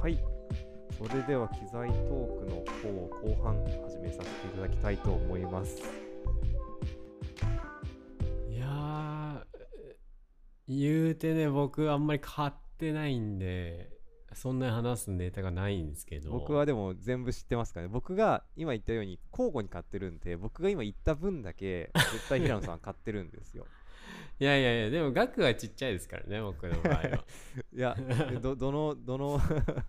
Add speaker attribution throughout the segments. Speaker 1: はいそれでは機材トークの方を後半始めさせていただきたいと思います
Speaker 2: いやー言うてね僕あんまり買ってないんでそんなに話すネタがないんですけど
Speaker 1: 僕はでも全部知ってますからね僕が今言ったように交互に買ってるんで僕が今言った分だけ絶対平野さんは買ってるんです よ
Speaker 2: いやいやいやでも額はちっちゃいですからね僕の場合 は
Speaker 1: いやでどどのどの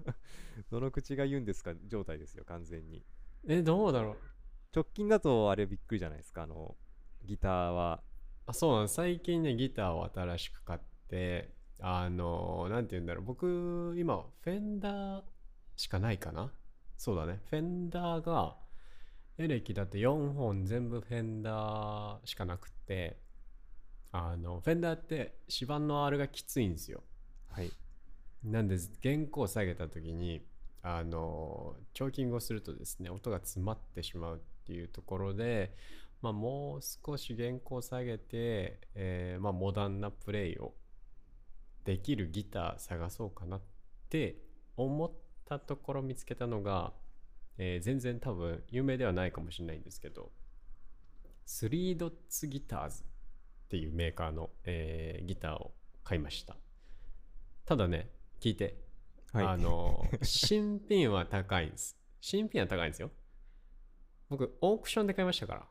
Speaker 1: どの口が言うんですか状態ですよ完全に
Speaker 2: えどうだろう
Speaker 1: 直近だとあれびっくりじゃないですかあのギターは
Speaker 2: あそうなんです最近ねギターを新しく買ってあのなんて言うんだろう僕今フェンダーしかないかなそうだねフェンダーがエレキだって4本全部フェンダーしかなくってあのフェンダーって指板の R がきついんですよ
Speaker 1: はい
Speaker 2: なんで原稿を下げた時にあのチョーキングをするとですね音が詰まってしまうっていうところで、まあ、もう少し原稿を下げて、えーまあ、モダンなプレイをできるギター探そうかなって思ったところ見つけたのが、えー全然多分有名ではないかもしれないんですけどスリードッツギターズっていうメーカーの、えーギターを買いましたただね聞いて
Speaker 1: はい
Speaker 2: あの新品は高いんです新品は高いんですよ僕オークションで買いましたか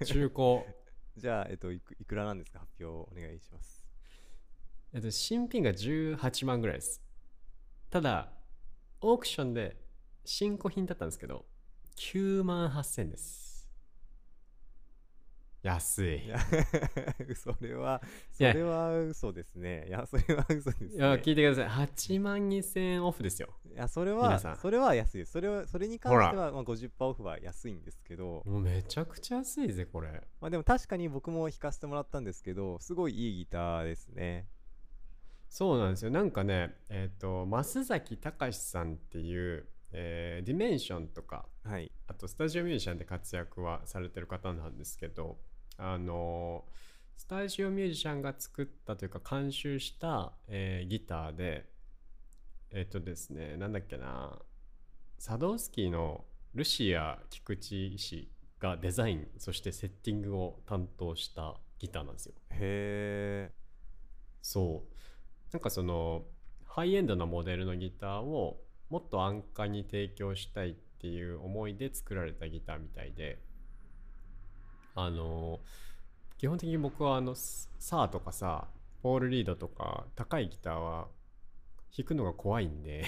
Speaker 2: ら中古
Speaker 1: じゃあえっといくいくらなんですか発表をお願いします
Speaker 2: えっと新品が18万ぐらいですただオークションで新古品だったんですけど9万8000です安い
Speaker 1: いやそれはいそ
Speaker 2: や
Speaker 1: れは嘘ですねいやそれは嘘ですね
Speaker 2: いや聞いてください8万2000円オフですよ
Speaker 1: いやそれ
Speaker 2: 皆
Speaker 1: は
Speaker 2: さん
Speaker 1: それは安いですそれはそれに関
Speaker 2: ほら
Speaker 1: してはまあ50%オフは安いんですけど、
Speaker 2: もうめちゃくちゃ安いぜこれ
Speaker 1: まあ、でも確かに僕も弾かせてもらったんですけどすごいいいギターですね
Speaker 2: そうなんですよなんかねえっ、と増崎隆さんっていう、えーディメンションとか
Speaker 1: はい
Speaker 2: あとスタジオミュージシャンで活躍はされてる方なんですけどあのスタジオミュージシャンが作ったというか監修した、えーギターでえっ、とですねなんだっけなサドウスキーのルシア菊池医師がデザインそしてセッティングを担当したギターなんですよ。
Speaker 1: へえ
Speaker 2: そうなんかそのハイエンドなモデルのギターをもっと安価に提供したいっていう思いで作られたギターみたいであの基本的に僕はあのスサーとかさポール・リードとか高いギターは弾くのが怖いんで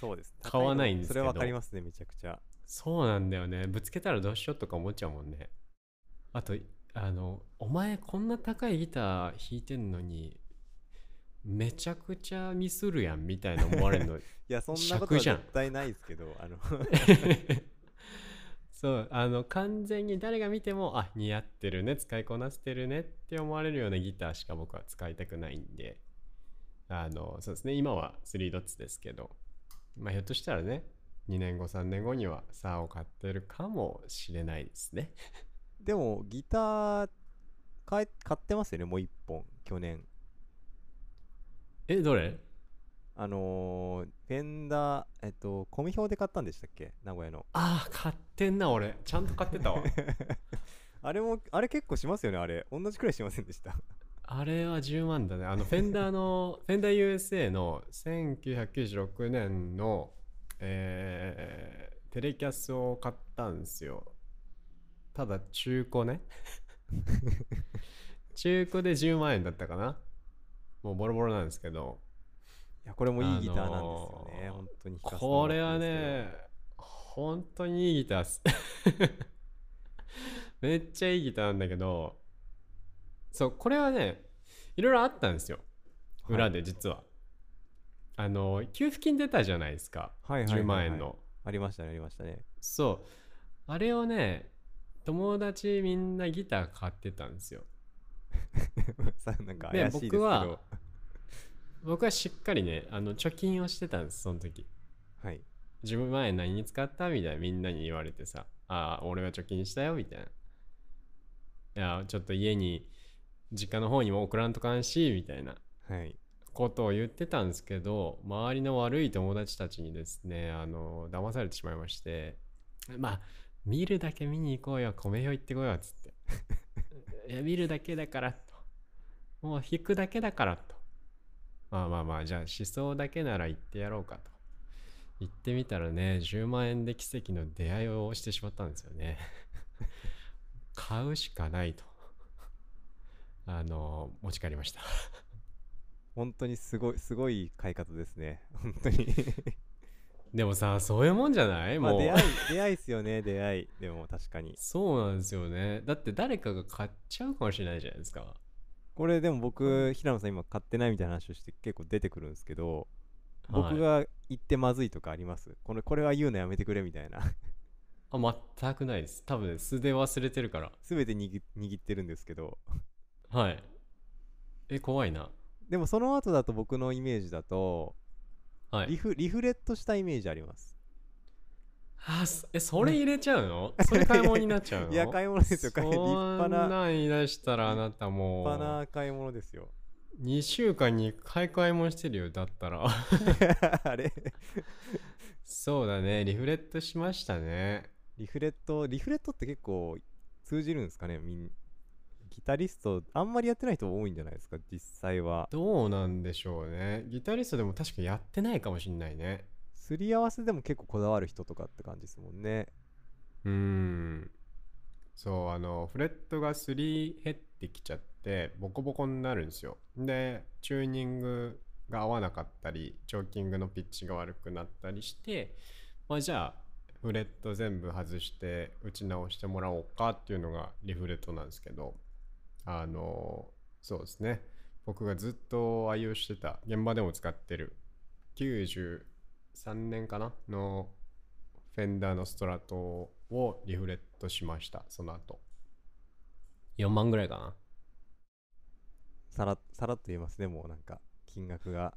Speaker 1: そうです
Speaker 2: 買わないんです
Speaker 1: そ
Speaker 2: けど
Speaker 1: れはわかりますねめちゃくちゃ
Speaker 2: そうなんだよねぶつけたらどうしようとか思っちゃうもんねあとあのお前こんな高いギター弾いてんのにめちゃくちゃミスるやんみたいな思われるの
Speaker 1: いやそんなこと
Speaker 2: 尺
Speaker 1: は
Speaker 2: じゃ
Speaker 1: 絶
Speaker 2: ん
Speaker 1: 対ないですけどあの
Speaker 2: そうあの完全に誰が見てもあ似合ってるね使いこなせてるねって思われるようなギターしか僕は使いたくないんであのそうですね今は3ドッツですけどまあひょっとしたらね2年後3年後にはサーを買ってるかもしれないですね
Speaker 1: でもギター買え買ってますよねもう1本去年
Speaker 2: えどれ
Speaker 1: あのーフェンダーえっとコミ表で買ったんでしたっけ名古屋の
Speaker 2: ああ買ってんな俺ちゃんと買ってたわ
Speaker 1: あれもあれ結構しますよねあれ同じくらいしませんでした
Speaker 2: あれは10万だねあのフェンダーの フェンダー USA の1996年の、えーテレキャスを買ったんですよただ中古ね中古で10万円だったかなもうボロボロなんですけど
Speaker 1: いやこれもいいギターなんですよね、
Speaker 2: あのー
Speaker 1: 本当に弾かせても
Speaker 2: これ
Speaker 1: ら
Speaker 2: は
Speaker 1: ったんですけど
Speaker 2: ね本当にいいギターっす めっちゃいいギターなんだけどそうこれはねいろいろあったんですよ
Speaker 1: はい
Speaker 2: 裏で実は、あの給付金出たじゃないですか、
Speaker 1: はいはいはいはい
Speaker 2: 10万円の
Speaker 1: ありましたねありましたね
Speaker 2: そうあれをね友達みんなギター買ってたんですよ
Speaker 1: さなんか
Speaker 2: で
Speaker 1: 怪しいですけ
Speaker 2: 僕
Speaker 1: ど
Speaker 2: は
Speaker 1: は、
Speaker 2: 僕はしっかりねあの貯金をしてたんですその時
Speaker 1: い、
Speaker 2: 自分前何に使ったみたいなみんなに言われてさ「ああ俺は貯金したよ」みたいな「いやちょっと家に実家の方にも送らんとかんし」みたいな
Speaker 1: はい、
Speaker 2: ことを言ってたんですけど周りの悪い友達たちにですねあの騙されてしまいましてまあ見るだけ見に行こうよ米よ行ってこようっつって いや見るだけだからともう弾くだけだからとまあまあまあじゃあ思想だけなら行ってやろうかと行ってみたらね10万円で奇跡の出会いをしてしまったんですよね 買うしかないとあの持ち帰りました
Speaker 1: 本当にすごいすごい買い方ですね 本当に
Speaker 2: でもさそういうもんじゃない
Speaker 1: まあ
Speaker 2: もう、
Speaker 1: 出会い出会いっすよね出会いでも確かに
Speaker 2: そうなんですよねだって誰かが買っちゃうかもしれないじゃないですか
Speaker 1: これでも僕平野さん今買ってないみたいな話をして結構出てくるんですけど僕
Speaker 2: はい
Speaker 1: が言ってまずいとかありますこれこれは言うのやめてくれみたいな
Speaker 2: あ全くないです多分素で忘れてるから
Speaker 1: 全て握握ってるんですけど
Speaker 2: はいえ怖いな
Speaker 1: でもその後だと僕のイメージだと
Speaker 2: は
Speaker 1: リ
Speaker 2: い
Speaker 1: フリフレットしたイメージあります
Speaker 2: あそえそれ入れちゃうのそれ買い物になっちゃう の
Speaker 1: いや買い物ですよ買い立派な
Speaker 2: そんなん言い出したらあなたもう
Speaker 1: 立派な買い物です よ
Speaker 2: 2週間に1回買い物してるよだったら
Speaker 1: あれ
Speaker 2: そうだねリフレットしましたね
Speaker 1: リフレットリフレットって結構通じるんですかねみんギタリストあんまりやってない人多いんじゃないですか実際は
Speaker 2: どうなんでしょうねギタリストでも確かやってないかもしんないね
Speaker 1: すり合わせでも結構こだわる人とかって感じですもんね
Speaker 2: うーんそうあのフレットが3減ってきちゃってボコボコになるんですよでチューニングが合わなかったりチョーキングのピッチが悪くなったりしてまあじゃあフレット全部外して打ち直してもらおうかっていうのがリフレットなんですけどあのそうですね僕がずっと愛用してた現場でも使ってる93年かなのフェンダーのストラトをリフレットしましたその後4万ぐらいかな
Speaker 1: さらさらっと言えますねもうなんか金額が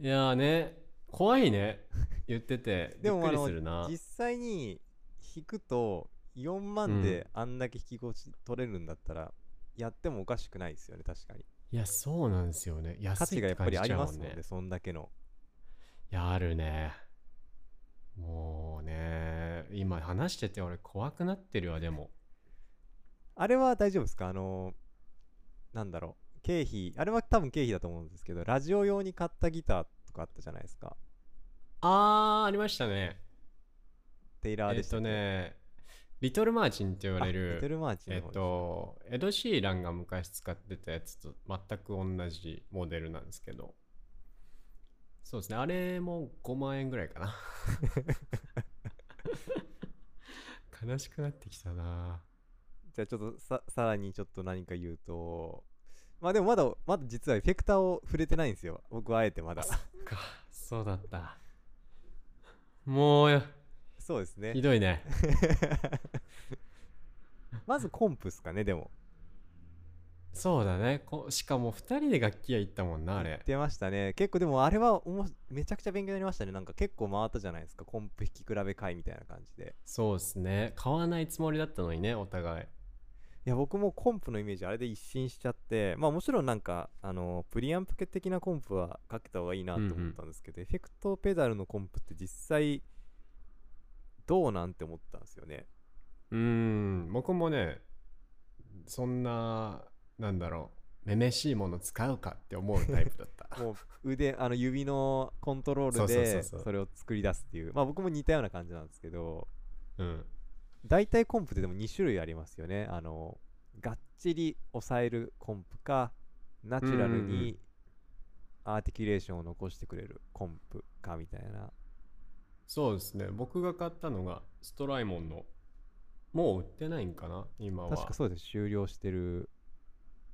Speaker 2: いやーね怖い ね言ってて
Speaker 1: で
Speaker 2: びっ
Speaker 1: も
Speaker 2: く
Speaker 1: あ
Speaker 2: り
Speaker 1: の
Speaker 2: するな
Speaker 1: 実際に弾くと4万であんだけ引き越し取れるんだったら、やってもおかしくないですよね確かに
Speaker 2: いやそうなんですよね
Speaker 1: 価
Speaker 2: 安い
Speaker 1: 値がやっぱりあります
Speaker 2: って
Speaker 1: もん
Speaker 2: 感
Speaker 1: ね
Speaker 2: じちゃうも
Speaker 1: そん
Speaker 2: んね
Speaker 1: だけの
Speaker 2: いやあるねもうね今話してて俺怖くなってるわでも
Speaker 1: あれは大丈夫ですかあのなんだろう経費あれは多分経費だと思うんですけどラジオ用に買ったギターとかあったじゃないですか
Speaker 2: あーありましたね
Speaker 1: テイラー
Speaker 2: え
Speaker 1: で
Speaker 2: っ
Speaker 1: した
Speaker 2: と
Speaker 1: っけ
Speaker 2: ねリトルマーチンって言わ
Speaker 1: あ
Speaker 2: れ
Speaker 1: リト
Speaker 2: る
Speaker 1: ルマーチンの
Speaker 2: え
Speaker 1: 方
Speaker 2: っ
Speaker 1: ですね
Speaker 2: と、エド・シーランが昔使ってたやつと全く同じモデルなんですけど、そうですね、あれも5万円ぐらいかな。悲しくなってきたな。
Speaker 1: じゃあちょっとささらにちょっと何か言うとまあでもまだまだ実はエフェクターを触れてないんですよ僕はあえてまだ
Speaker 2: か、そうだった。もうよ、
Speaker 1: そうですね
Speaker 2: ひどいね。
Speaker 1: まずコンプっすかねでも
Speaker 2: そうだね。こしかも2人で楽器屋行ったもんな、あ
Speaker 1: 言っ
Speaker 2: れ。
Speaker 1: てましたね結構でもあれはおもしめちゃくちゃ勉強になりましたねなんか結構回ったじゃないですかコンプ弾き比べ会みたいな感じで
Speaker 2: そうですね。買わないつもりだったのにね、お互い。
Speaker 1: いや僕もコンプのイメージあれで一新しちゃってまあもちろんなんかあのプリアンプ系的なコンプはかけた方がいいなと
Speaker 2: うんう
Speaker 1: 思
Speaker 2: ん
Speaker 1: ったんですけど、エフェクトペダルのコンプって実際どうなんて思ったんですよね
Speaker 2: うーん、僕もね、そんな、なんだろう、めめしいもの使うかって思うタイプだ った。
Speaker 1: もう腕あの指のコントロール
Speaker 2: そうそう
Speaker 1: で
Speaker 2: そうそう
Speaker 1: それを作り出すっていうまあ僕も似たような感じなんですけど
Speaker 2: うん。
Speaker 1: 大体コンプってでも2種類ありますよねあのがっちり抑えるコンプかナチュラル
Speaker 2: うんうんう
Speaker 1: にアーティキュレーションを残してくれるコンプかみたいな
Speaker 2: そうですね、僕が買ったのが、ストライモンの、もう売ってないんかな、今は。
Speaker 1: 確かそうです終了してる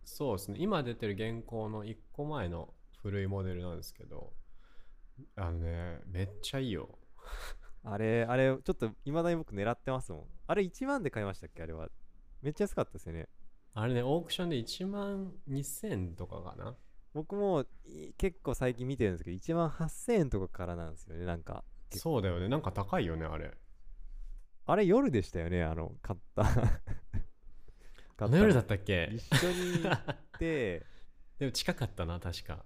Speaker 2: そうですね、今出てる現行の1個前の古いモデルなんですけど、あのね、めっちゃいいよ。
Speaker 1: あれあれちょっといまだに僕狙ってますもんあれ1万で買いましたっけあれはめっちゃ安かったですよね
Speaker 2: あれね、オークションで1万2000とかかな。
Speaker 1: 僕もい結構最近見てるんですけど1万8000円とかからなんですよねなんか結
Speaker 2: そうだよね、なんか高いよね、あれ。
Speaker 1: あれ夜でしたよねあの買った買った
Speaker 2: あの夜だ
Speaker 1: っ
Speaker 2: ったっけ
Speaker 1: 一緒に行って
Speaker 2: でも近かったな、確か。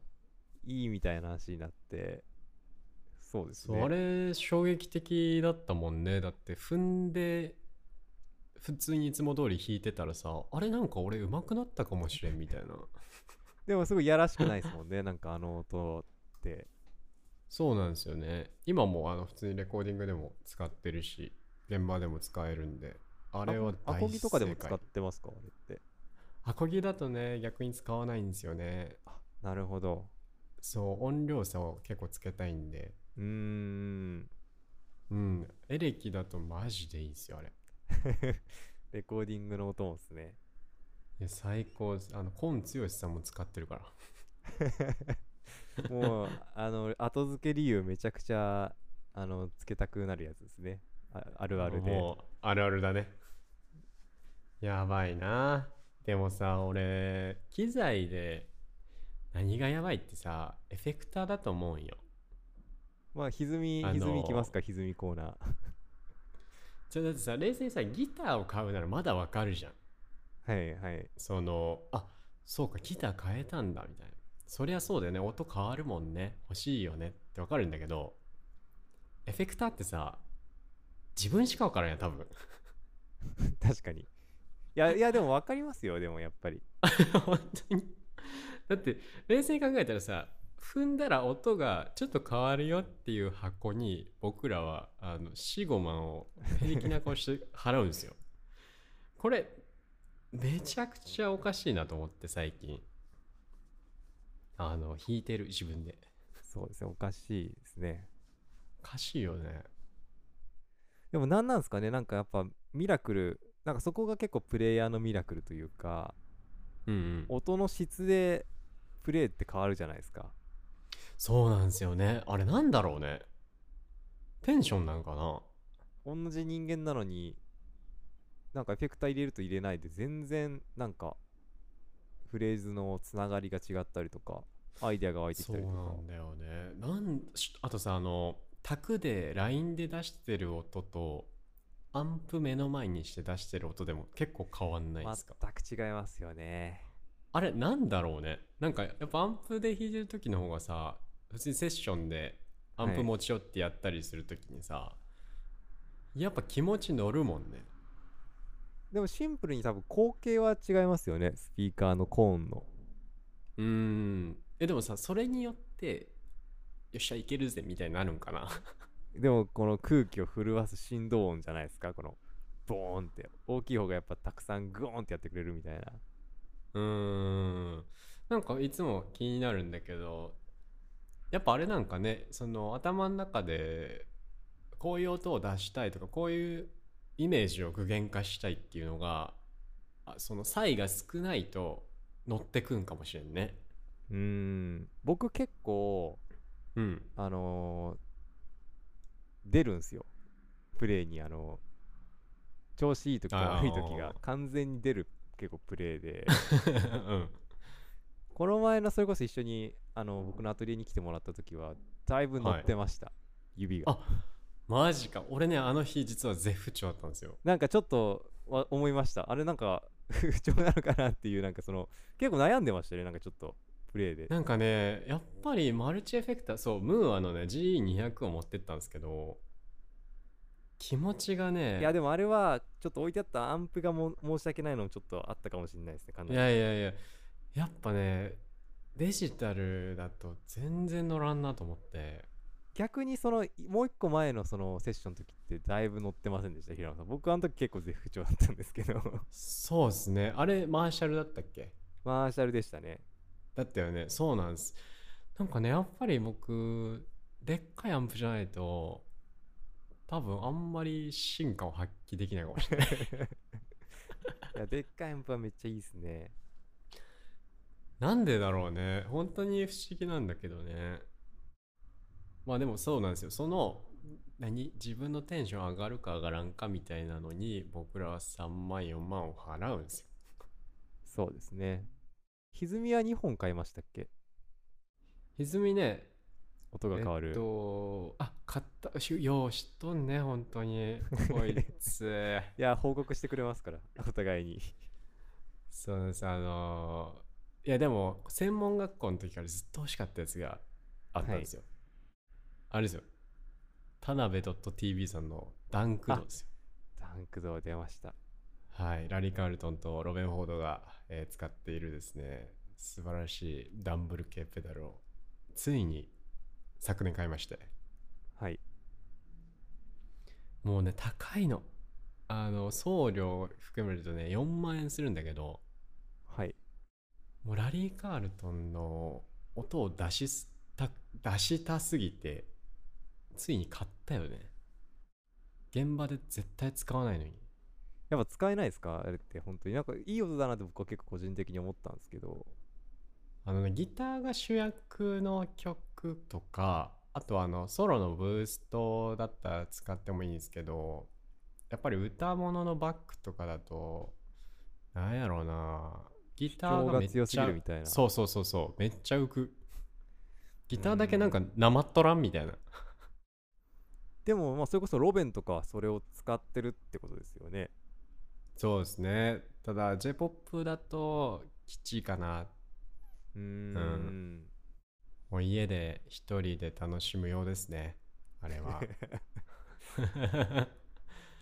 Speaker 1: いいみたいな話になってそうです
Speaker 2: そう
Speaker 1: ね
Speaker 2: あれ衝撃的だったもんねだって踏んで普通にいつも通り弾いてたらさあれなんか俺上手くなったかもしれんみたいな
Speaker 1: でもすごいやらしくないですもんね なんかあの音って
Speaker 2: そうなんですよね今もあの普通にレコーディングでも使ってるし現場でも使えるんであ
Speaker 1: あ
Speaker 2: れは
Speaker 1: ア
Speaker 2: 大正解
Speaker 1: コギとかでも使ってますかあれって
Speaker 2: アコギだとね逆に使わないんですよね
Speaker 1: なるほど
Speaker 2: そう音量差を結構つけたいんで
Speaker 1: うーん
Speaker 2: うんエレキだとマジでいいんですよあれ
Speaker 1: レコーディングの音もですね
Speaker 2: いや最高ですあのコン剛さんも使ってるから
Speaker 1: もうあの 後付け理由めちゃくちゃあのつけたくなるやつですねああるあるで
Speaker 2: もうあるあるだねやばいなでもさ俺機材で何がやばいってさエフェクターだと思うんよ
Speaker 1: まあ歪み
Speaker 2: あのー
Speaker 1: 歪みいきますか歪みコーナー
Speaker 2: ちょだってさ冷静にさギターを買うならまだわかるじゃん
Speaker 1: はいはい
Speaker 2: そのあそうかギター変えたんだみたいなそりゃそうだよね音変わるもんね欲しいよねってわかるんだけどエフェクターってさ自分しかわからんやん多分
Speaker 1: 確かにいやいやでも分かりますよでもやっぱり
Speaker 2: 本当にだって冷静に考えたらさ踏んだら音がちょっと変わるよっていう箱に僕らはあの45万を平気な顔して払うんですよ これめちゃくちゃおかしいなと思って最近あの弾いてる自分で
Speaker 1: そうですねおかしいですね
Speaker 2: おかしいよね
Speaker 1: でも何なんですかねなんかやっぱミラクルなんかそこが結構プレイヤーのミラクルというか
Speaker 2: うん、うん、
Speaker 1: 音の質でプレイって変わるじゃないですか
Speaker 2: そうなんですよねあれなんだろうねテンションなんかな
Speaker 1: 同じ人間なのになんかエフェクター入れると入れないで全然なんかフレーズのつながりが違ったりとかアイデアが湧いてき
Speaker 2: そ
Speaker 1: た
Speaker 2: う
Speaker 1: りと
Speaker 2: な
Speaker 1: か
Speaker 2: んだよねなんしあとさあの卓で LINE で出してる音とアンプ目の前にして出してる音でも結構変わんないですか、
Speaker 1: 全く違いますよね
Speaker 2: あれなんだろうねなんかやっぱアンプで弾いてる時の方がさ普通にセッションでアン
Speaker 1: は
Speaker 2: プ
Speaker 1: い
Speaker 2: 持ち寄ってやったりする時にさ、やっぱ気持ち乗るもんね
Speaker 1: でもシンプルに多分口径は違いますよねスピーカーのコーンの
Speaker 2: うーんえでもさそれによってよっしゃいけるぜみたいになるんかな
Speaker 1: でもこの空気を震わす振動音じゃないですかこのボーンって大きい方がやっぱたくさんグーンってやってくれるみたいな
Speaker 2: うーんなんかいつも気になるんだけどやっぱあれなんかねその頭の中でこういう音を出したいとかこういうイメージを具現化したいっていうのがあその差異が少ないと乗ってくんかもしれんね
Speaker 1: うーん僕結構
Speaker 2: うん
Speaker 1: あのー出るんすよプレーにあの調子いい時と悪い時
Speaker 2: あ
Speaker 1: が
Speaker 2: ー
Speaker 1: 完全に出る結構プレーで
Speaker 2: うん
Speaker 1: この前のそれこそ一緒にあの僕のアトリエに来てもらった時はだいぶ乗ってました、指が
Speaker 2: あマジか俺ねあの日実は絶不調だったんですよ
Speaker 1: なんかちょっとわ思いましたあれなんか 不調なのかなっていうなんかその結構悩んでましたねなんかちょっとプレーで
Speaker 2: なんかねやっぱりマルチエフェクターそうムーアのね GE200 を持ってったんですけど気持ちがね
Speaker 1: いやでもあれはちょっと置いてあったアンプがも申し訳ないのもちょっとあったかもしれないですねかないり
Speaker 2: やいやいややっぱねデジタルだと全然乗らんなと思って
Speaker 1: 逆にそのいもう一個前のそのセッションの時ってだいぶ乗ってませんでした平野さん僕あの時結構絶不調だったんですけど
Speaker 2: そうですねあれマーシャルだったっけ
Speaker 1: マーシャルでしたね
Speaker 2: だったよねそうなんですなんかねやっぱり僕でっかいアンプじゃないと多分あんまり進化を発揮できないかもしれない
Speaker 1: いやでっかいアンプはめっちゃいいですね
Speaker 2: なんでだろうね本当に不思議なんだけどねまあでもそうなんですよその何自分のテンション上がるか上がらんかみたいなのに僕らは3万4万を払うんですよ
Speaker 1: そうですね歪みは2本買いましたっけ
Speaker 2: 歪みね
Speaker 1: 音が変わる、
Speaker 2: えっとあ買ったしよう知っとんね本当にこい つ
Speaker 1: いや報告してくれますからお互いに
Speaker 2: そうなんですあのいやでも専門学校の時からずっと欲しかったやつがあったんですよ、あれですよ田辺 .tv さんのダンクドですよ
Speaker 1: ダンクド出ました。
Speaker 2: はいラリー・カールトンとロベン・フォードが、えー使っているですね素晴らしいダンブル系ペダルをついに昨年買いまして
Speaker 1: はい。
Speaker 2: もうね高いのあの送料含めるとね4万円するんだけど
Speaker 1: はい。
Speaker 2: もうラリー・カールトンの音を出しすた出したすぎてついに買ったよね現場で絶対使わないのに
Speaker 1: やっぱ使えないですかあれって本当になんかいい音だなって僕は結構個人的に思ったんですけど。
Speaker 2: あのねギターが主役の曲とかあとはあのソロのブーストだったら使ってもいいんですけどやっぱり歌物のバックとかだとなんやろうなギターがめっち
Speaker 1: 主張
Speaker 2: ゃ
Speaker 1: が強すぎるみたいな
Speaker 2: そうそうそうそうめっちゃ浮くギターだけなんかなまっとらんみたいな
Speaker 1: でもまあそれこそロベンとかはそれを使ってるってことですよね。
Speaker 2: そうですね。ただ J-POP だときちいかな。
Speaker 1: うーん。
Speaker 2: うんもう家で一人で楽しむようですね。あれ は。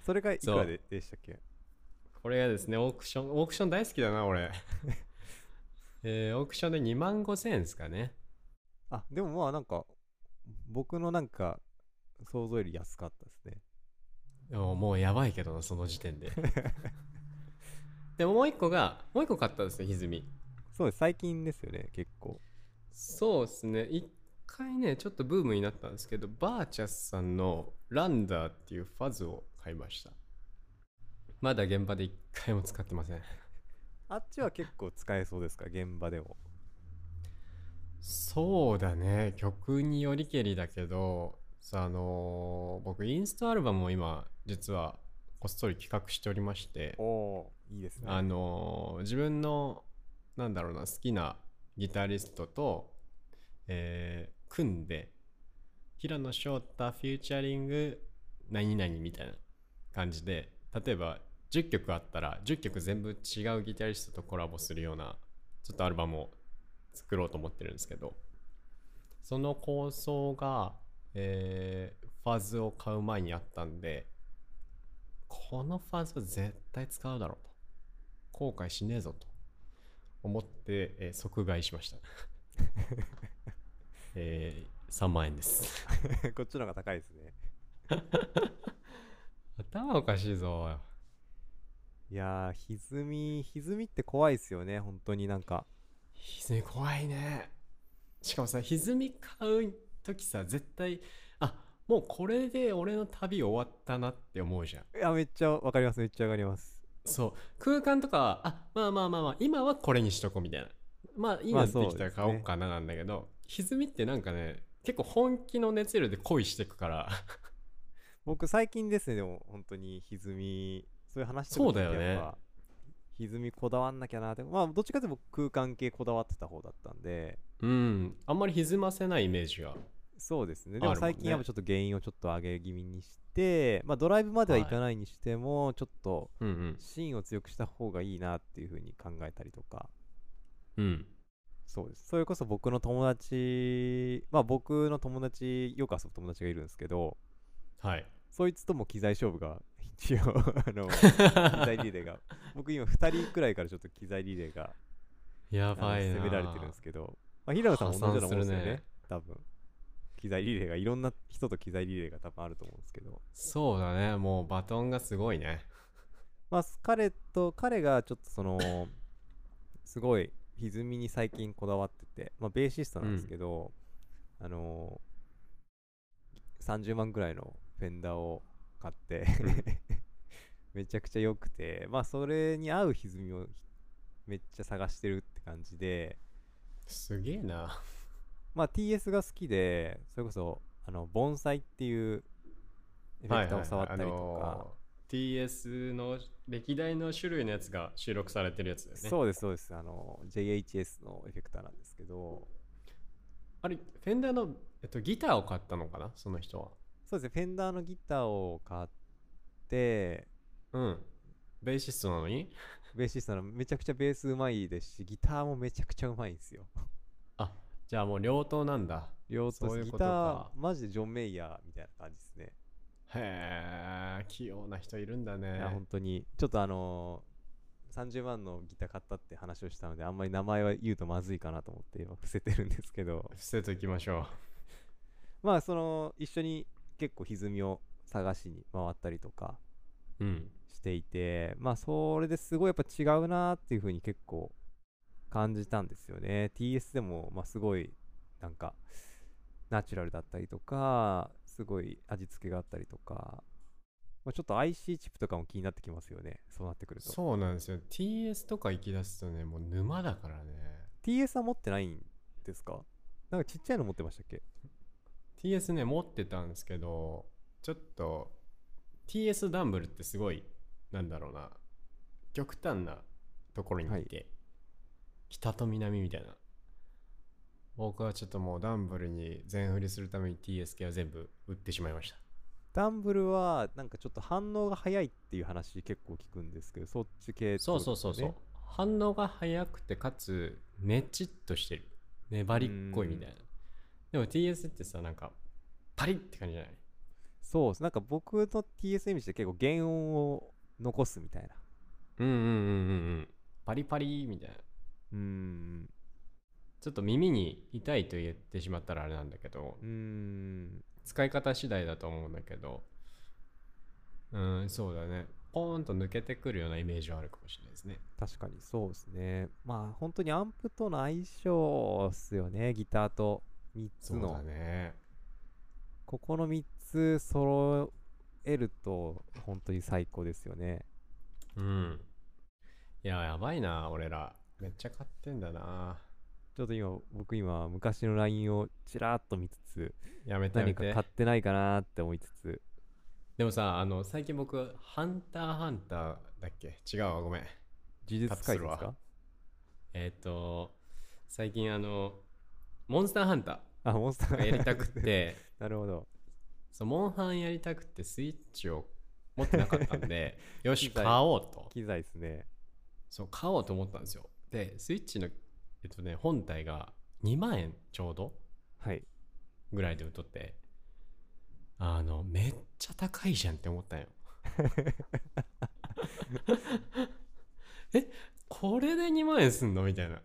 Speaker 1: それがいく
Speaker 2: そう
Speaker 1: らででしたっけ
Speaker 2: これがですね、オークション、オークション大好きだな、俺。 えーオークションで2万5千円ですかね。
Speaker 1: あでもまあなんか僕のなんか想像より安かったですね。
Speaker 2: でももうやばいけどな、その時点で。 でももう一個が、もう一個買ったんですよ、歪み。
Speaker 1: そうです最近ですよね結構。
Speaker 2: そうですね一回ねちょっとブームになったんですけどバーチャスさんのランダーっていうファズを買いましたまだ現場で一回も使ってません
Speaker 1: あっちは結構使えそうですか現場でも。
Speaker 2: そうだね曲によりけりだけどさあの僕インストアルバムを今実はこっそり企画しておりまして
Speaker 1: おおいいですね。
Speaker 2: あのー自分のなんだろうな好きなギタリストと、えー組んで平野翔太フューチャリング何々みたいな感じで例えば10曲あったら10曲全部違うギタリストとコラボするようなちょっとアルバムを作ろうと思ってるんですけどその構想が、えーファズを買う前にあったんでこのファズは絶対使うだろうと後悔しねえぞと思って、えー即買いしました、 えー3万円です
Speaker 1: こっちの方が高いですね。
Speaker 2: 頭おかしいぞ
Speaker 1: いやー歪み歪みって怖いですよね本当になんか。
Speaker 2: 歪み怖いねしかもさ歪み買う時さ絶対あもうこれで俺の旅終わったなって思うじゃん
Speaker 1: いやめっちゃわかりますめっちゃわかります。
Speaker 2: そう空間とかはあまあまあまあまあ今はこれにしとこうみたいなまあいい
Speaker 1: ま
Speaker 2: な
Speaker 1: あ
Speaker 2: って
Speaker 1: そうで
Speaker 2: き
Speaker 1: す
Speaker 2: た
Speaker 1: ね
Speaker 2: ら買おうかななんだけど、歪みってなんかね結構本気の熱量で恋してくから
Speaker 1: 僕最近ですねでも本当に歪みそういう話とか
Speaker 2: そうだよね
Speaker 1: 聞いてやっぱ歪みこだわんなきゃなでもまあどっちかというと僕空間系こだわってた方だったんで
Speaker 2: うんあんまり歪ませないイメージが
Speaker 1: そうですね
Speaker 2: あ
Speaker 1: でも
Speaker 2: るもんね
Speaker 1: 最近やっぱちょっと原因をちょっと上げ気味にしてまあドライブまではいかないにしても、ちょっと
Speaker 2: うんうん
Speaker 1: 芯を強くした方がいいなっていう風に考えたりとか
Speaker 2: うん
Speaker 1: そうですそれこそ僕の友達まあ僕の友達よく遊ぶ友達がいるんですけど
Speaker 2: はい
Speaker 1: そいつとも機材勝負が一応 あの機材リレー が僕今2人くらいからちょっと機材リレーが
Speaker 2: や
Speaker 1: あの
Speaker 2: ばいな
Speaker 1: 攻められてるんですけど、まあ、平野さんも同じようなもんですよ
Speaker 2: 破産す
Speaker 1: ね
Speaker 2: るね
Speaker 1: 多分機材リレーがいろんな人と機材リレーが多分あると思うんですけど
Speaker 2: そうだねもうバトンがすごいね
Speaker 1: まあす彼と彼がちょっとそのすごい歪みに最近こだわってて、まあ、ベーシストなんですけど、あの30万くらいのフェンダーを買って めちゃくちゃ良くてまあそれに合う歪みをめっちゃ探してるって感じです
Speaker 2: げえな
Speaker 1: まあ TS が好きでそれこそあの盆栽っていうエフェクターを触ったりとか、
Speaker 2: はいはいはいあのー TS の歴代の種類のやつが収録されてるやつだよね
Speaker 1: そうですそうですあの JHS のエフェクターなんですけど
Speaker 2: あれフェンダーの、えっと、ギターを買ったのかなその人は
Speaker 1: そうですねフェンダーのギターを買って
Speaker 2: うん。ベーシストなのに
Speaker 1: ベーシストのめちゃくちゃベースうまいですしギターもめちゃくちゃうまいんですよ
Speaker 2: あじゃあもう両党なんだ
Speaker 1: 両方
Speaker 2: そういう
Speaker 1: ギ
Speaker 2: こと
Speaker 1: ター
Speaker 2: か
Speaker 1: マジでジョン・メイヤーみたいな感じですね
Speaker 2: へえ器用な人いるんだ
Speaker 1: い
Speaker 2: ね
Speaker 1: や本当にちょっとあのー30万のギター買ったって話をしたのであんまり名前は言うとまずいかなと思って今伏せてるんですけど
Speaker 2: 伏せときましょ
Speaker 1: まあその一緒に結構歪みを探しに回ったりとか
Speaker 2: ううん
Speaker 1: していてまあそれですごいやっぱ違うなっていう風に結構感じたんですよね TS でもまあすごいなんかナチュラルだったりとかすごい味付けがあったりとか、まあ、ちょっと IC チップとかも気になってきますよねそうなってくると
Speaker 2: そうなんですよ TS とか行き出すとねもう沼だからね
Speaker 1: TS は持ってないんですかなんかちっちゃいの持ってましたっけ
Speaker 2: TS ね持ってたんですけどちょっと TS ダンブルってすごいなんだろうな極端なところにいて、北と南みたいな僕はちょっともうダンブルに全振りするために TS 系は全部売ってしまいました
Speaker 1: ダンブルはなんかちょっと反応が早いっていう話結構聞くんですけどそっち系って
Speaker 2: そうそ
Speaker 1: こ
Speaker 2: う
Speaker 1: と
Speaker 2: そう
Speaker 1: です
Speaker 2: そう、
Speaker 1: よね
Speaker 2: 反応が早くてかつねちっとしてる粘りっこいみたいなでも TS ってさなんかパリッって感じじゃない
Speaker 1: そうですなんか僕の TS イメージって結構原音を残すみたいな
Speaker 2: うんうんうんうんうんパリパリみたいな
Speaker 1: うーん
Speaker 2: ちょっと耳に痛いと言ってしまったらあれなんだけど
Speaker 1: うーん
Speaker 2: 使い方次第だと思うんだけどうんそうだねポーンと抜けてくるようなイメージはあるかもしれないですね
Speaker 1: 確かにそうですねまあ本当にアンプとの相性っすよねギターと3つ
Speaker 2: そう
Speaker 1: の
Speaker 2: だね
Speaker 1: ここの3つ揃えると本当に最高ですよね
Speaker 2: うんいややばいな俺らめっちゃ買ってんだな
Speaker 1: ちょっと今、僕今、昔の LINE をちらっと見つつ、
Speaker 2: やめてやめ
Speaker 1: 何か
Speaker 2: て
Speaker 1: 買ってないかなって思いつつ、
Speaker 2: でもさあの最近僕「ハンターハンター」だっけ違うわごめん
Speaker 1: 呪術改
Speaker 2: タップする
Speaker 1: 戦ですか
Speaker 2: わえっ、と最近あの「モンスターハンタ
Speaker 1: あ、モンスタ
Speaker 2: ー」が
Speaker 1: ー
Speaker 2: やりたくっ。て
Speaker 1: なるほど。
Speaker 2: そうモンハンやりたくてスイッチを持ってなかったんでよし買おうと
Speaker 1: 機材ですね。
Speaker 2: そう買おうと思ったんですよでスイッチのえっとね本体が2万円ちょうど
Speaker 1: はい。
Speaker 2: ぐらいで売っとってあのめっちゃ高いじゃんって思ったんよ えこれで2万円すんのみたいな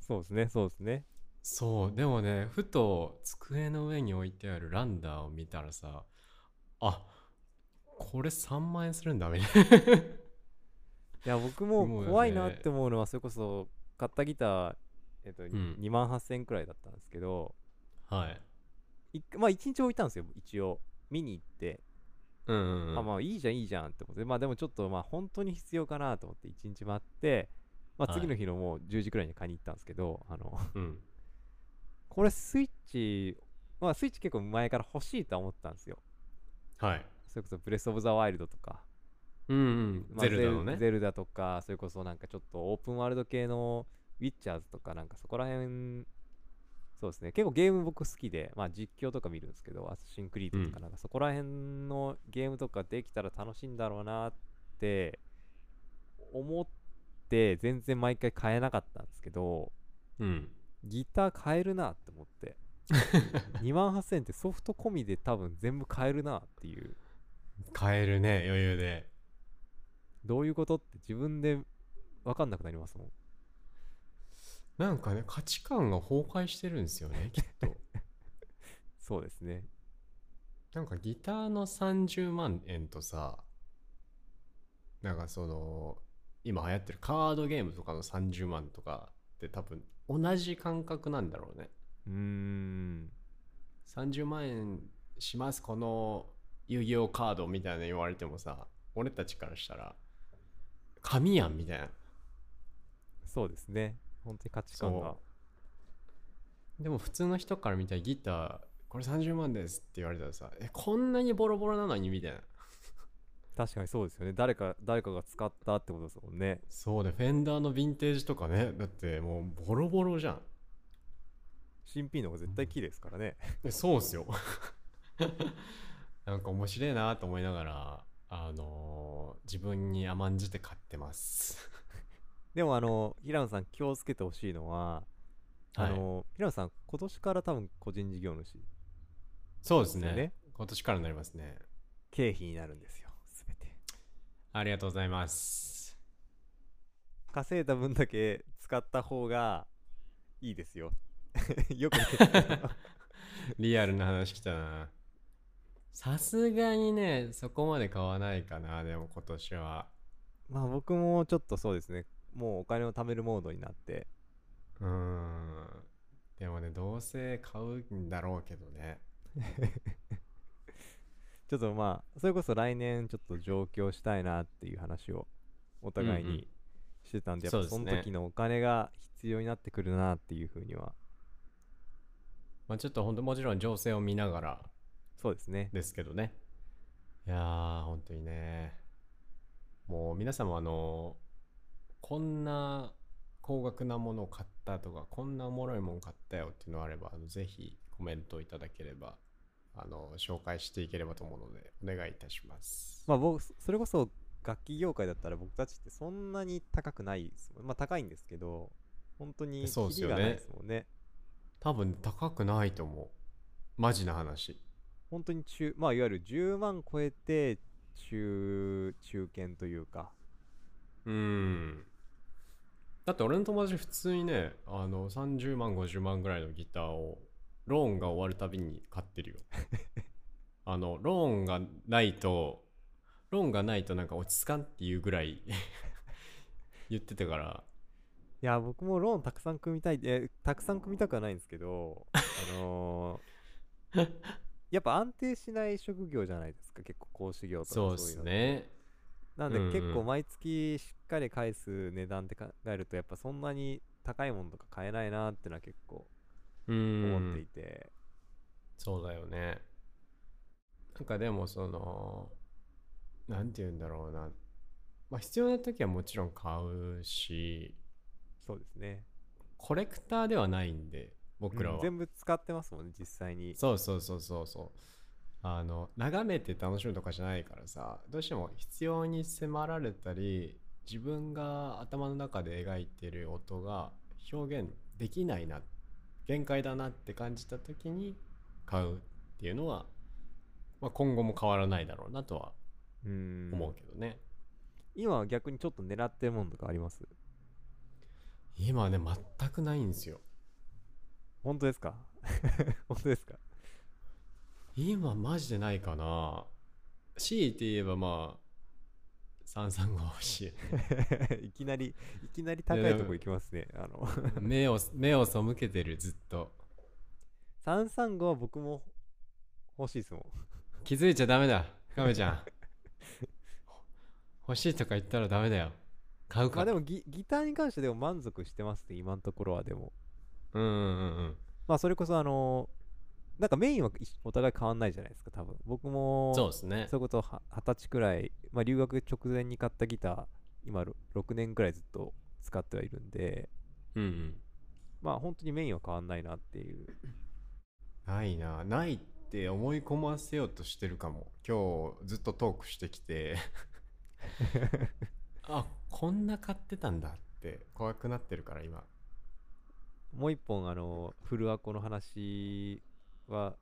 Speaker 1: そうですね、そうですね。
Speaker 2: そうでもねふと机の上に置いてあるランダーを見たらさあこれ3万円するんだみたい
Speaker 1: いや、僕も
Speaker 2: もうね
Speaker 1: 怖いなって思うのは、それこそ、買ったギター、えっと、
Speaker 2: ん
Speaker 1: 2万8000円くらいだったんですけど、
Speaker 2: な はい
Speaker 1: いまあ、1日置いたんですよ、一応。見に行って、
Speaker 2: うんうん、うん、
Speaker 1: あまあいいじゃんいいじゃんってことでまあでもちょっとまあ本当に必要かなと思って1日待って、まあ、
Speaker 2: はい
Speaker 1: 次の日のもう10時くらいに買いに行ったんですけど、あの
Speaker 2: うん
Speaker 1: これスイッチまあスイッチ結構前から欲しいとは思ってたんですよ
Speaker 2: はい
Speaker 1: それこそブレス・オブ・ザ・ワイルドとか、
Speaker 2: うんうん、
Speaker 1: まあ
Speaker 2: ゼルダの
Speaker 1: ゼ
Speaker 2: ね
Speaker 1: ゼルダとかそれこそなんかちょっとオープンワールド系のウィッチャーズとかなんかそこら辺そうですね結構ゲーム僕好きで、まあ、実況とか見るんですけどアスシンクリードと
Speaker 2: う
Speaker 1: かなんかそこら辺のゲームとかできたら楽しいんだろうなって思って全然毎回買えなかったんですけど
Speaker 2: うん
Speaker 1: ギター買えるなって思って 2万8000円ってソフト込みで多分全部買えるなっていう
Speaker 2: 買えるね余裕で
Speaker 1: どういうことって自分で分かんなくなりますもん
Speaker 2: なんかね価値観が崩壊してるんですよねきっと
Speaker 1: そうですね
Speaker 2: なんかギターの30万円とさなんかその今流行ってるカードゲームとかの30万とかって多分同じ感覚なんだろうね
Speaker 1: うーん
Speaker 2: 30万円しますこの遊戯王カードみたいな言われてもさ俺たちからしたら紙やんみたいな
Speaker 1: そうですね本当に価値観が
Speaker 2: そでも普通の人から見たらギターこれ30万ですって言われたらさえこんなにボロボロなのにみたいな
Speaker 1: 確かにそうですよね誰か誰かが使ったってことですもんね
Speaker 2: そうねフェンダーのヴィンテージとかねだってもうボロボロじゃん
Speaker 1: 新品の方が絶対綺麗ですからね、
Speaker 2: えそうっすよなんか面白いなと思いながらあのー自分に甘んじて買ってます。
Speaker 1: でもあの平野さん気をつけてほしいのは、
Speaker 2: はい
Speaker 1: あの平野さん今年から多分個人事業主
Speaker 2: そうです
Speaker 1: ですよ
Speaker 2: ね
Speaker 1: ね。
Speaker 2: 今年からになりますね。
Speaker 1: 経費になるんですよ全て
Speaker 2: ありがとうございます。
Speaker 1: 稼いだ分だけ使った方がいいですよ よくないです よ
Speaker 2: リアルな話きたな。さすがにね、そこまで買わないかな、でも今年は。
Speaker 1: まあ僕もちょっとそうですねもうお金を貯めるモードになって
Speaker 2: うーん。でもね、どうせ買うんだろうけどね。
Speaker 1: ちょっとまあそれこそ来年ちょっと上京したいなっていう話をお互い
Speaker 2: うんうん
Speaker 1: にしてたんで、
Speaker 2: そ
Speaker 1: や
Speaker 2: うで
Speaker 1: っぱ
Speaker 2: す
Speaker 1: そ
Speaker 2: ね
Speaker 1: の時のお金が必要になってくるなっていうふうには
Speaker 2: まあちょっと本当もちろん情勢を見ながら
Speaker 1: そうですね
Speaker 2: ですけどね。いやー、本当にね。もう皆さんもあの、こんな高額なものを買ったとか、こんなおもろいもの買ったよっていうのがあれば、あのぜひコメントいただければ、あの、紹介していければと思うので、お願いいたします。
Speaker 1: まあ僕そそれこそ楽器業界だったら僕たちってそんなに高くないですもんまあ高いんですけど本当に
Speaker 2: そうです
Speaker 1: キリ
Speaker 2: よね
Speaker 1: がないですもんね
Speaker 2: 多分高くないと思う。マジな話。
Speaker 1: 本当に中まあいわゆる10万超えて中中堅というか
Speaker 2: うん。だって俺の友達普通にね、あの、30万、50万ぐらいのギターを、ローンが終わるたびに買って るよ。あの、ローンがないと、ローンがないとなんか落ち着かんっていうぐらい 言ってたから、
Speaker 1: いや僕もローンたくさん組みたいえたくさん組みたくはないんですけどあの ーやっぱ安定しない職業じゃないですか結構講師業とか
Speaker 2: そうで
Speaker 1: い
Speaker 2: す
Speaker 1: の
Speaker 2: ね。
Speaker 1: なんで
Speaker 2: うんうん
Speaker 1: 結構毎月しっかり返す値段って考えるとやっぱそんなに高いものとか買えないなってのは結構
Speaker 2: う
Speaker 1: 思ってい
Speaker 2: ん。
Speaker 1: て、
Speaker 2: そうだよね。なんかでもその、なんて言うんだろうな。まあ必要な時はもちろん買うし、
Speaker 1: そうですね
Speaker 2: コレクターではないんで僕らは、
Speaker 1: うん全部使ってますもんね実際に
Speaker 2: そうそうそうそうそうあの眺めて楽しむとかじゃないからさどうしても必要に迫られたり自分が頭の中で描いてる音が表現できないな限界だなって感じた時に買うっていうのは、まあ、今後も変わらないだろうなとは
Speaker 1: うん
Speaker 2: 思うけどね、
Speaker 1: 今は逆にちょっと狙ってるものとかあります
Speaker 2: 今はね全くないんですよ
Speaker 1: 本当ですか 本当ですか
Speaker 2: 今マジでないかな強いて言えばまあ335欲し い
Speaker 1: いきなりいきなり高
Speaker 2: いや
Speaker 1: い
Speaker 2: で
Speaker 1: と
Speaker 2: も
Speaker 1: こ行きますねあの
Speaker 2: 目を目を背けてるずっと
Speaker 1: 335は僕も欲しいですもん
Speaker 2: 気づいちゃダメだ亀ちゃん 欲しいとか言ったらダメだよ買う
Speaker 1: ま
Speaker 2: か
Speaker 1: あ
Speaker 2: ら、
Speaker 1: でもギギターに関してでも満足してますね今のところはでも
Speaker 2: うんうんうんうん
Speaker 1: まあそれこそあのなんかメインは一緒お互い変わんないじゃないですか多分僕も
Speaker 2: そうですね
Speaker 1: それこそは二十歳くらい、まあ、留学直前に買ったギター今ろ6年くらいずっと使ってはいるんで
Speaker 2: うんうん
Speaker 1: まあ本当にメインは変わんないなっていう
Speaker 2: ないなないって思い込ませようとしてるかも今日ずっとトークしてきて あこんな買ってたんだって怖くなってるから今
Speaker 1: もう一本あのフルアコの話は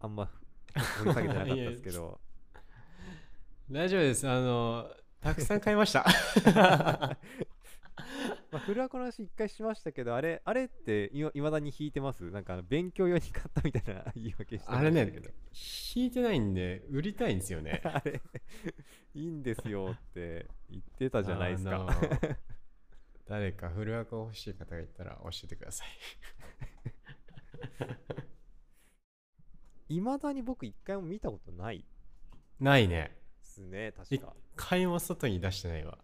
Speaker 1: あんま 掘り下げてなかったですけど
Speaker 2: 大丈夫ですあのたくさん買いました
Speaker 1: まあ、フルアコの話一回しましたけどあれあれっていまだに弾いてますなんかあの勉強用に買ったみたいな 言い訳してま
Speaker 2: あ
Speaker 1: した
Speaker 2: れ
Speaker 1: け
Speaker 2: ね
Speaker 1: ど
Speaker 2: 引いてないんで売りたいんですよね
Speaker 1: あれいいんですよって言ってたじゃないです
Speaker 2: あ
Speaker 1: か
Speaker 2: の誰かフルアコ欲しい方がいたら教えてください
Speaker 1: いまだに僕一回も見たことないで
Speaker 2: ないね
Speaker 1: すね確
Speaker 2: 一
Speaker 1: か
Speaker 2: 回も外に出してないわ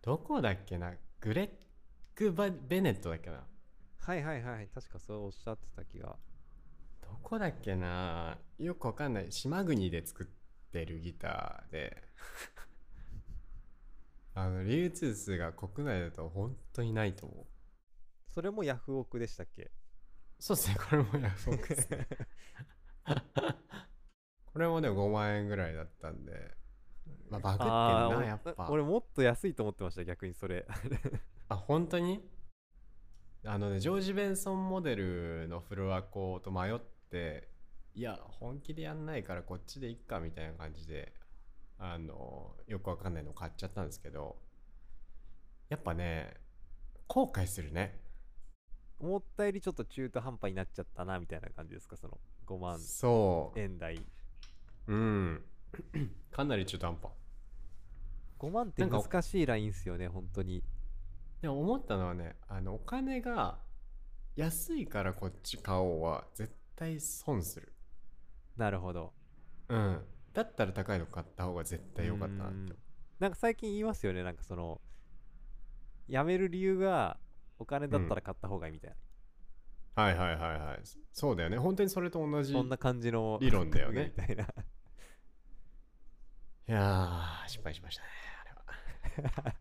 Speaker 2: どこだっけなグレッグバ・ベネットだっけな
Speaker 1: はいはいはい確かそうおっしゃってた気が
Speaker 2: どこだっけなよくわかんない島国で作ってるギターで あの流通数が国内だと本当にないと思う
Speaker 1: それもヤフオクでしたっけ
Speaker 2: そうですねこれもヤフオクですねここれもね、5万円ぐらいだったんで、まあ、バグ
Speaker 1: あ
Speaker 2: ってん
Speaker 1: ー
Speaker 2: な、やっぱ。
Speaker 1: 俺もっと安いと思ってました逆にそれ
Speaker 2: あ、本当にあのね、ジョージ・ベンソンモデルのフロアコーと迷って、いや、本気でやんないからこっちでいっかみたいな感じで、あの、よくわかんないの買っちゃったんですけど、やっぱね、後悔するね。
Speaker 1: 思ったよりちょっと中途半端になっちゃったなみたいな感じですかその5万
Speaker 2: そう。
Speaker 1: 円台
Speaker 2: うん。 かなり中途半端。
Speaker 1: 5万って
Speaker 2: なんか
Speaker 1: 難しいラインっすよね本当に
Speaker 2: でも思ったのはね、あの、お金が安いからこっち買おうは絶対損する。
Speaker 1: なるほど
Speaker 2: うん。だったら高いの買った方が絶対良かったなっ
Speaker 1: う
Speaker 2: て
Speaker 1: ん。なんか最近言いますよねなんかその辞める理由がお金だったら買った方がいいみたいな、
Speaker 2: はいはいはいはい。そそうだよね。本当にそれと同じ。
Speaker 1: そんな感じの
Speaker 2: 理論だよね
Speaker 1: みたいない
Speaker 2: やー、失敗しましたね。あれは。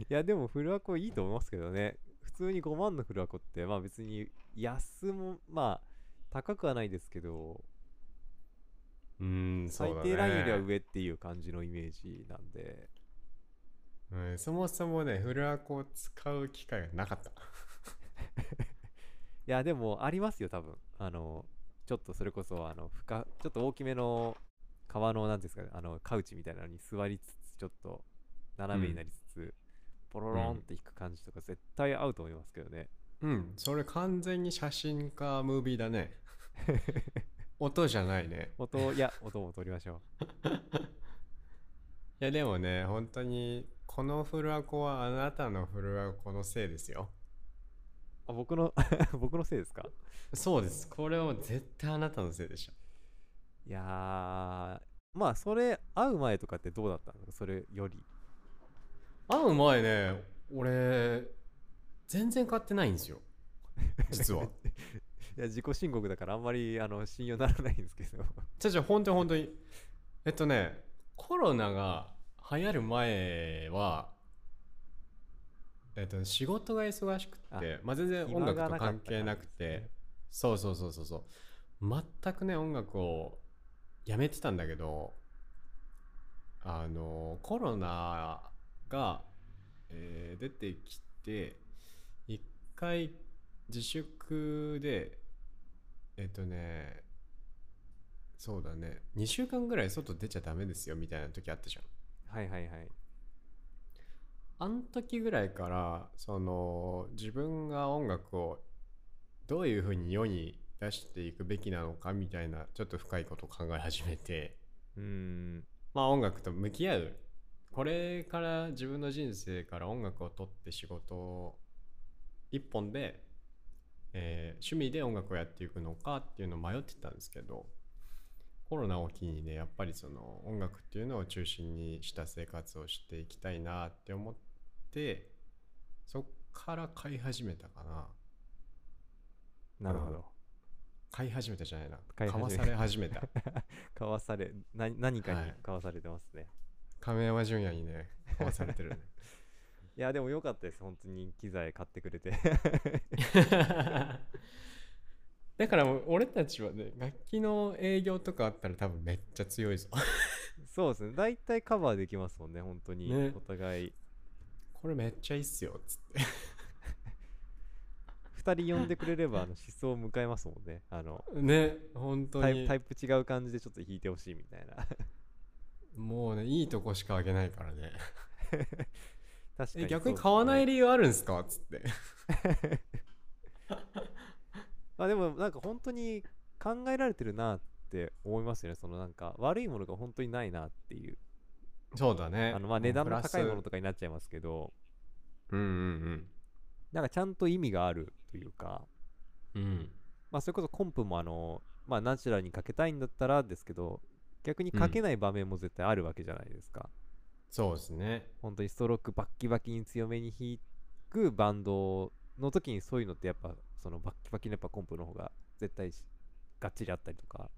Speaker 1: いやでもフルアコいいと思いますけどね普通に5万のフルアコってまあ別に安もまあ高くはないですけど
Speaker 2: うん、そ
Speaker 1: 最
Speaker 2: うだね。
Speaker 1: 低ラインよりは上っていう感じのイメージなんで
Speaker 2: うん、そもそもね、フルアコを使う機会がなかった。
Speaker 1: いやでもありますよ多分あのちょっとそれこそあの深ちょっと大きめの革のなんていうんですかねあのカウチみたいなのに座りつつちょっと斜めになりつつ、ポロロンって引く感じとか絶対合うと思いますけどね、
Speaker 2: うん、それ完全に写真かムービーだ ね。音じゃないね。
Speaker 1: 音いや音も取りましょ
Speaker 2: いやでもね、本当に、このフルアコはあなたのフルアコのせいですよ。
Speaker 1: うあ僕の 僕のせいですか
Speaker 2: そうです。これは絶対あなたのせいでした。
Speaker 1: いやーまあそれ会う前とかってどうだったのそれより
Speaker 2: 会う前ね、俺、全然買ってないんですよ。実は。
Speaker 1: いや自己申告だからあんまりあの信用ならないんですけど
Speaker 2: じゃじゃ本当に本当に。えっとね、コロナが流行る前は、えっと、仕事が忙しくって、まあ、全然音
Speaker 1: 暇が
Speaker 2: 楽
Speaker 1: な
Speaker 2: と
Speaker 1: かった
Speaker 2: 関係なくて、そうそうそうそうそう。全くね、音楽をやめてたんだけど、あの、コロナが、えー出てきて、一回自粛で、えっとね、そうだね、2週間ぐらい外出ちゃダメですよみたいな時あったじゃん。
Speaker 1: はいはいはい
Speaker 2: あの時ぐらいから、その、自分が音楽をどういうふうに世に出していくべきなのかみたいな、ちょっと深いことを考え始めて、
Speaker 1: うーん
Speaker 2: まあ音楽と向き合うこれから自分の人生から音楽を取って仕事を一本で、えー趣味で音楽をやっていくのかっていうのを迷ってたんですけどコロナを機にねやっぱりその音楽っていうのを中心にした生活をしていきたいなって思ってそっから買い始めたかな
Speaker 1: なるほ
Speaker 2: うん
Speaker 1: ど
Speaker 2: 買い始めたじゃないな
Speaker 1: 買い始
Speaker 2: 買
Speaker 1: め
Speaker 2: わされ始めた
Speaker 1: かわされな何か
Speaker 2: は
Speaker 1: に
Speaker 2: い
Speaker 1: かわされてますね、
Speaker 2: 亀山純也にね買わされてるね
Speaker 1: い、やでも良かったです本当に機材買ってくれて
Speaker 2: だからもう俺たちはね楽器の営業とかあったら多分めっちゃ強いぞ
Speaker 1: そうですね大体カバーできますもんね本当に、
Speaker 2: ね
Speaker 1: お互い
Speaker 2: これめっちゃいいっすよつって
Speaker 1: 2人呼んでくれれ ばあの思想を迎えますもんねあの
Speaker 2: ね本当
Speaker 1: タイ
Speaker 2: に
Speaker 1: プタイプ違う感じでちょっと弾いてほしいみたいな
Speaker 2: もうねいいとこしかあげないからね
Speaker 1: 確か
Speaker 2: え
Speaker 1: に
Speaker 2: 逆に買わない
Speaker 1: で、
Speaker 2: 理由あるんすかつって
Speaker 1: まあ、でもなんか本当に考えられてるなって思いますよねそのなんか悪いものが本当にないなっていう
Speaker 2: そうだね
Speaker 1: あのまあ値段の高いもの
Speaker 2: と
Speaker 1: とかになっちゃいますけど
Speaker 2: うんうん
Speaker 1: なんかちゃんと意味があるというか
Speaker 2: うんうん
Speaker 1: まあ、それこそコンプもあの、まあ、ナチュラルにかけたいんだったらですけど逆にかけない場面も絶対あるわけじゃないですか、
Speaker 2: そうですね
Speaker 1: 本当にストロークバッキバキに強めに弾くバンドの時にそういうのってやっぱそのバッキバキのやっぱコンプの方が絶対しがっちりあったりとか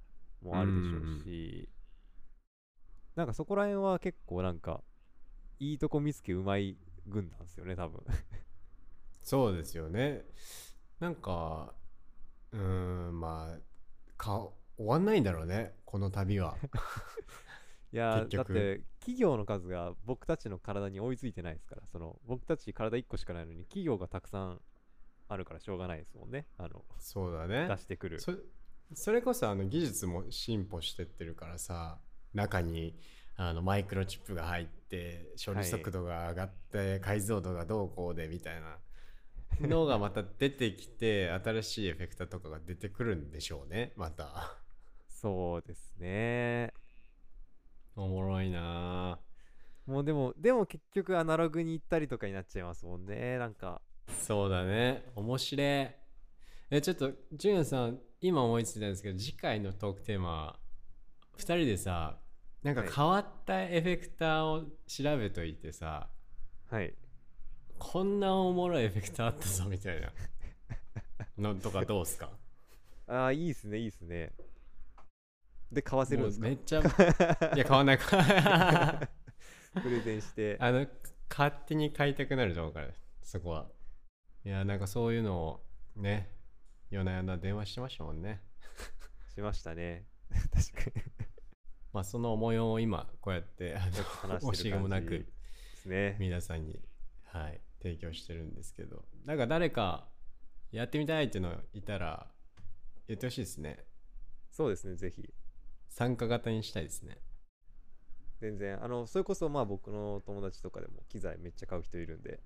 Speaker 1: もあるでしょうしなんかそこら辺は結構なんかいいとこ見つけうまい軍なんですよね多分
Speaker 2: そうですよねなんかうーんまあか終わんないんだろうねこの旅 は
Speaker 1: いや
Speaker 2: 結
Speaker 1: ーだっ
Speaker 2: 局
Speaker 1: て企業の数が僕たちの体に追いついてないですからその僕たち体1個しかないのに企業がたくさんあるからしょうがないですもんねあの
Speaker 2: そうだね
Speaker 1: 出してくる
Speaker 2: そそれこそあの技術も進歩してってるからさ中にあのマイクロチップが入って処理速度が上がって、解像度がどうこうでみたいなのがまた出てきて新しいエフェクターとかが出てくるんでしょうねまた
Speaker 1: そうですね
Speaker 2: おもろいな
Speaker 1: もうでもでも結局アナログに行ったりとかになっちゃいますもんねなんか
Speaker 2: そうだね面白いえちょっとジュンヤさん今思いついたんですけど次回のトークテーマ2人でさなんか
Speaker 1: はい
Speaker 2: 変わったエフェクターを調べといてさ、
Speaker 1: はい
Speaker 2: こんなおもろいエフェクターあったぞみた いなのとかどうすか
Speaker 1: ああいいっすねいいっすねで買わせるんですか、
Speaker 2: もうめっちゃいや買わない か
Speaker 1: プレゼンして
Speaker 2: あの勝手に買いたくなると思うからそこはいやなんかそういうのをね夜な夜な電話してましたもんね
Speaker 1: しましたね 確かに
Speaker 2: まあその模様を今こうやってあ
Speaker 1: ちょっと
Speaker 2: の
Speaker 1: 話
Speaker 2: 惜
Speaker 1: し
Speaker 2: して
Speaker 1: る
Speaker 2: げ
Speaker 1: 感
Speaker 2: も
Speaker 1: じ
Speaker 2: なく
Speaker 1: ですね
Speaker 2: 皆さんに、はい、提供してるんですけどなんか誰かやってみたいっていうのいたら言ってほしいですね
Speaker 1: そうですねぜひ
Speaker 2: 参加型にしたいですね
Speaker 1: 全然あのそれこそまあ僕の友達とかでも機材めっちゃ買う人いるんで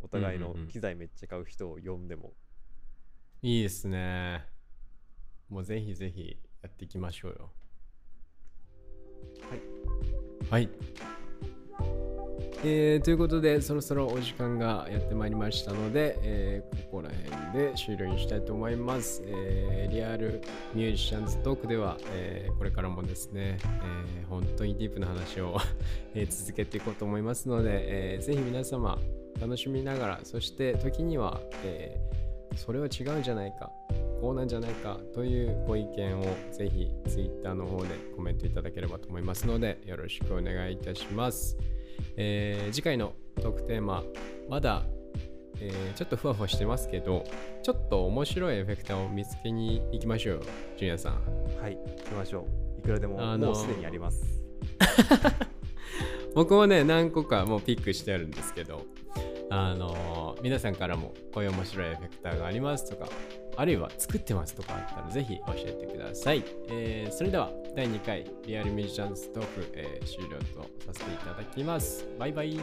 Speaker 1: お互い
Speaker 2: うん
Speaker 1: の
Speaker 2: うんうん
Speaker 1: 機材めっちゃ買う人を呼んでも
Speaker 2: いいですね。もうぜひぜひやっていきましょうよ。はい。はい。えーということで、そろそろお時間がやってまいりましたので、えーここら辺で終了にしたいと思います。えーリアルミュージシャンズトークでは、えーこれからもですね、えー本当にディープな話を えー続けていこうと思いますので、えーぜひ皆様楽しみながら、そして時には、えーそれは違うんじゃないかこうなんじゃないかというご意見をぜひ Twitter の方でコメントいただければと思いますのでよろしくお願いいたします、えー次回のトークテーマまだ、えーちょっとふわふわしてますけどちょっと面白いエフェクターを見つけに行きましょうよジュニアさん
Speaker 1: はい行きましょういくらでも、
Speaker 2: あ
Speaker 1: も
Speaker 2: のー
Speaker 1: うすでにあります
Speaker 2: 僕もね何個かもうピックしてあるんですけどあのー皆さんからもこういう面白いエフェクターがありますとかあるいは作ってますとかあったらぜひ教えてください、えーそれでは第2回リアルミュージシャンズトーク、えー終了とさせていただきますバイバイ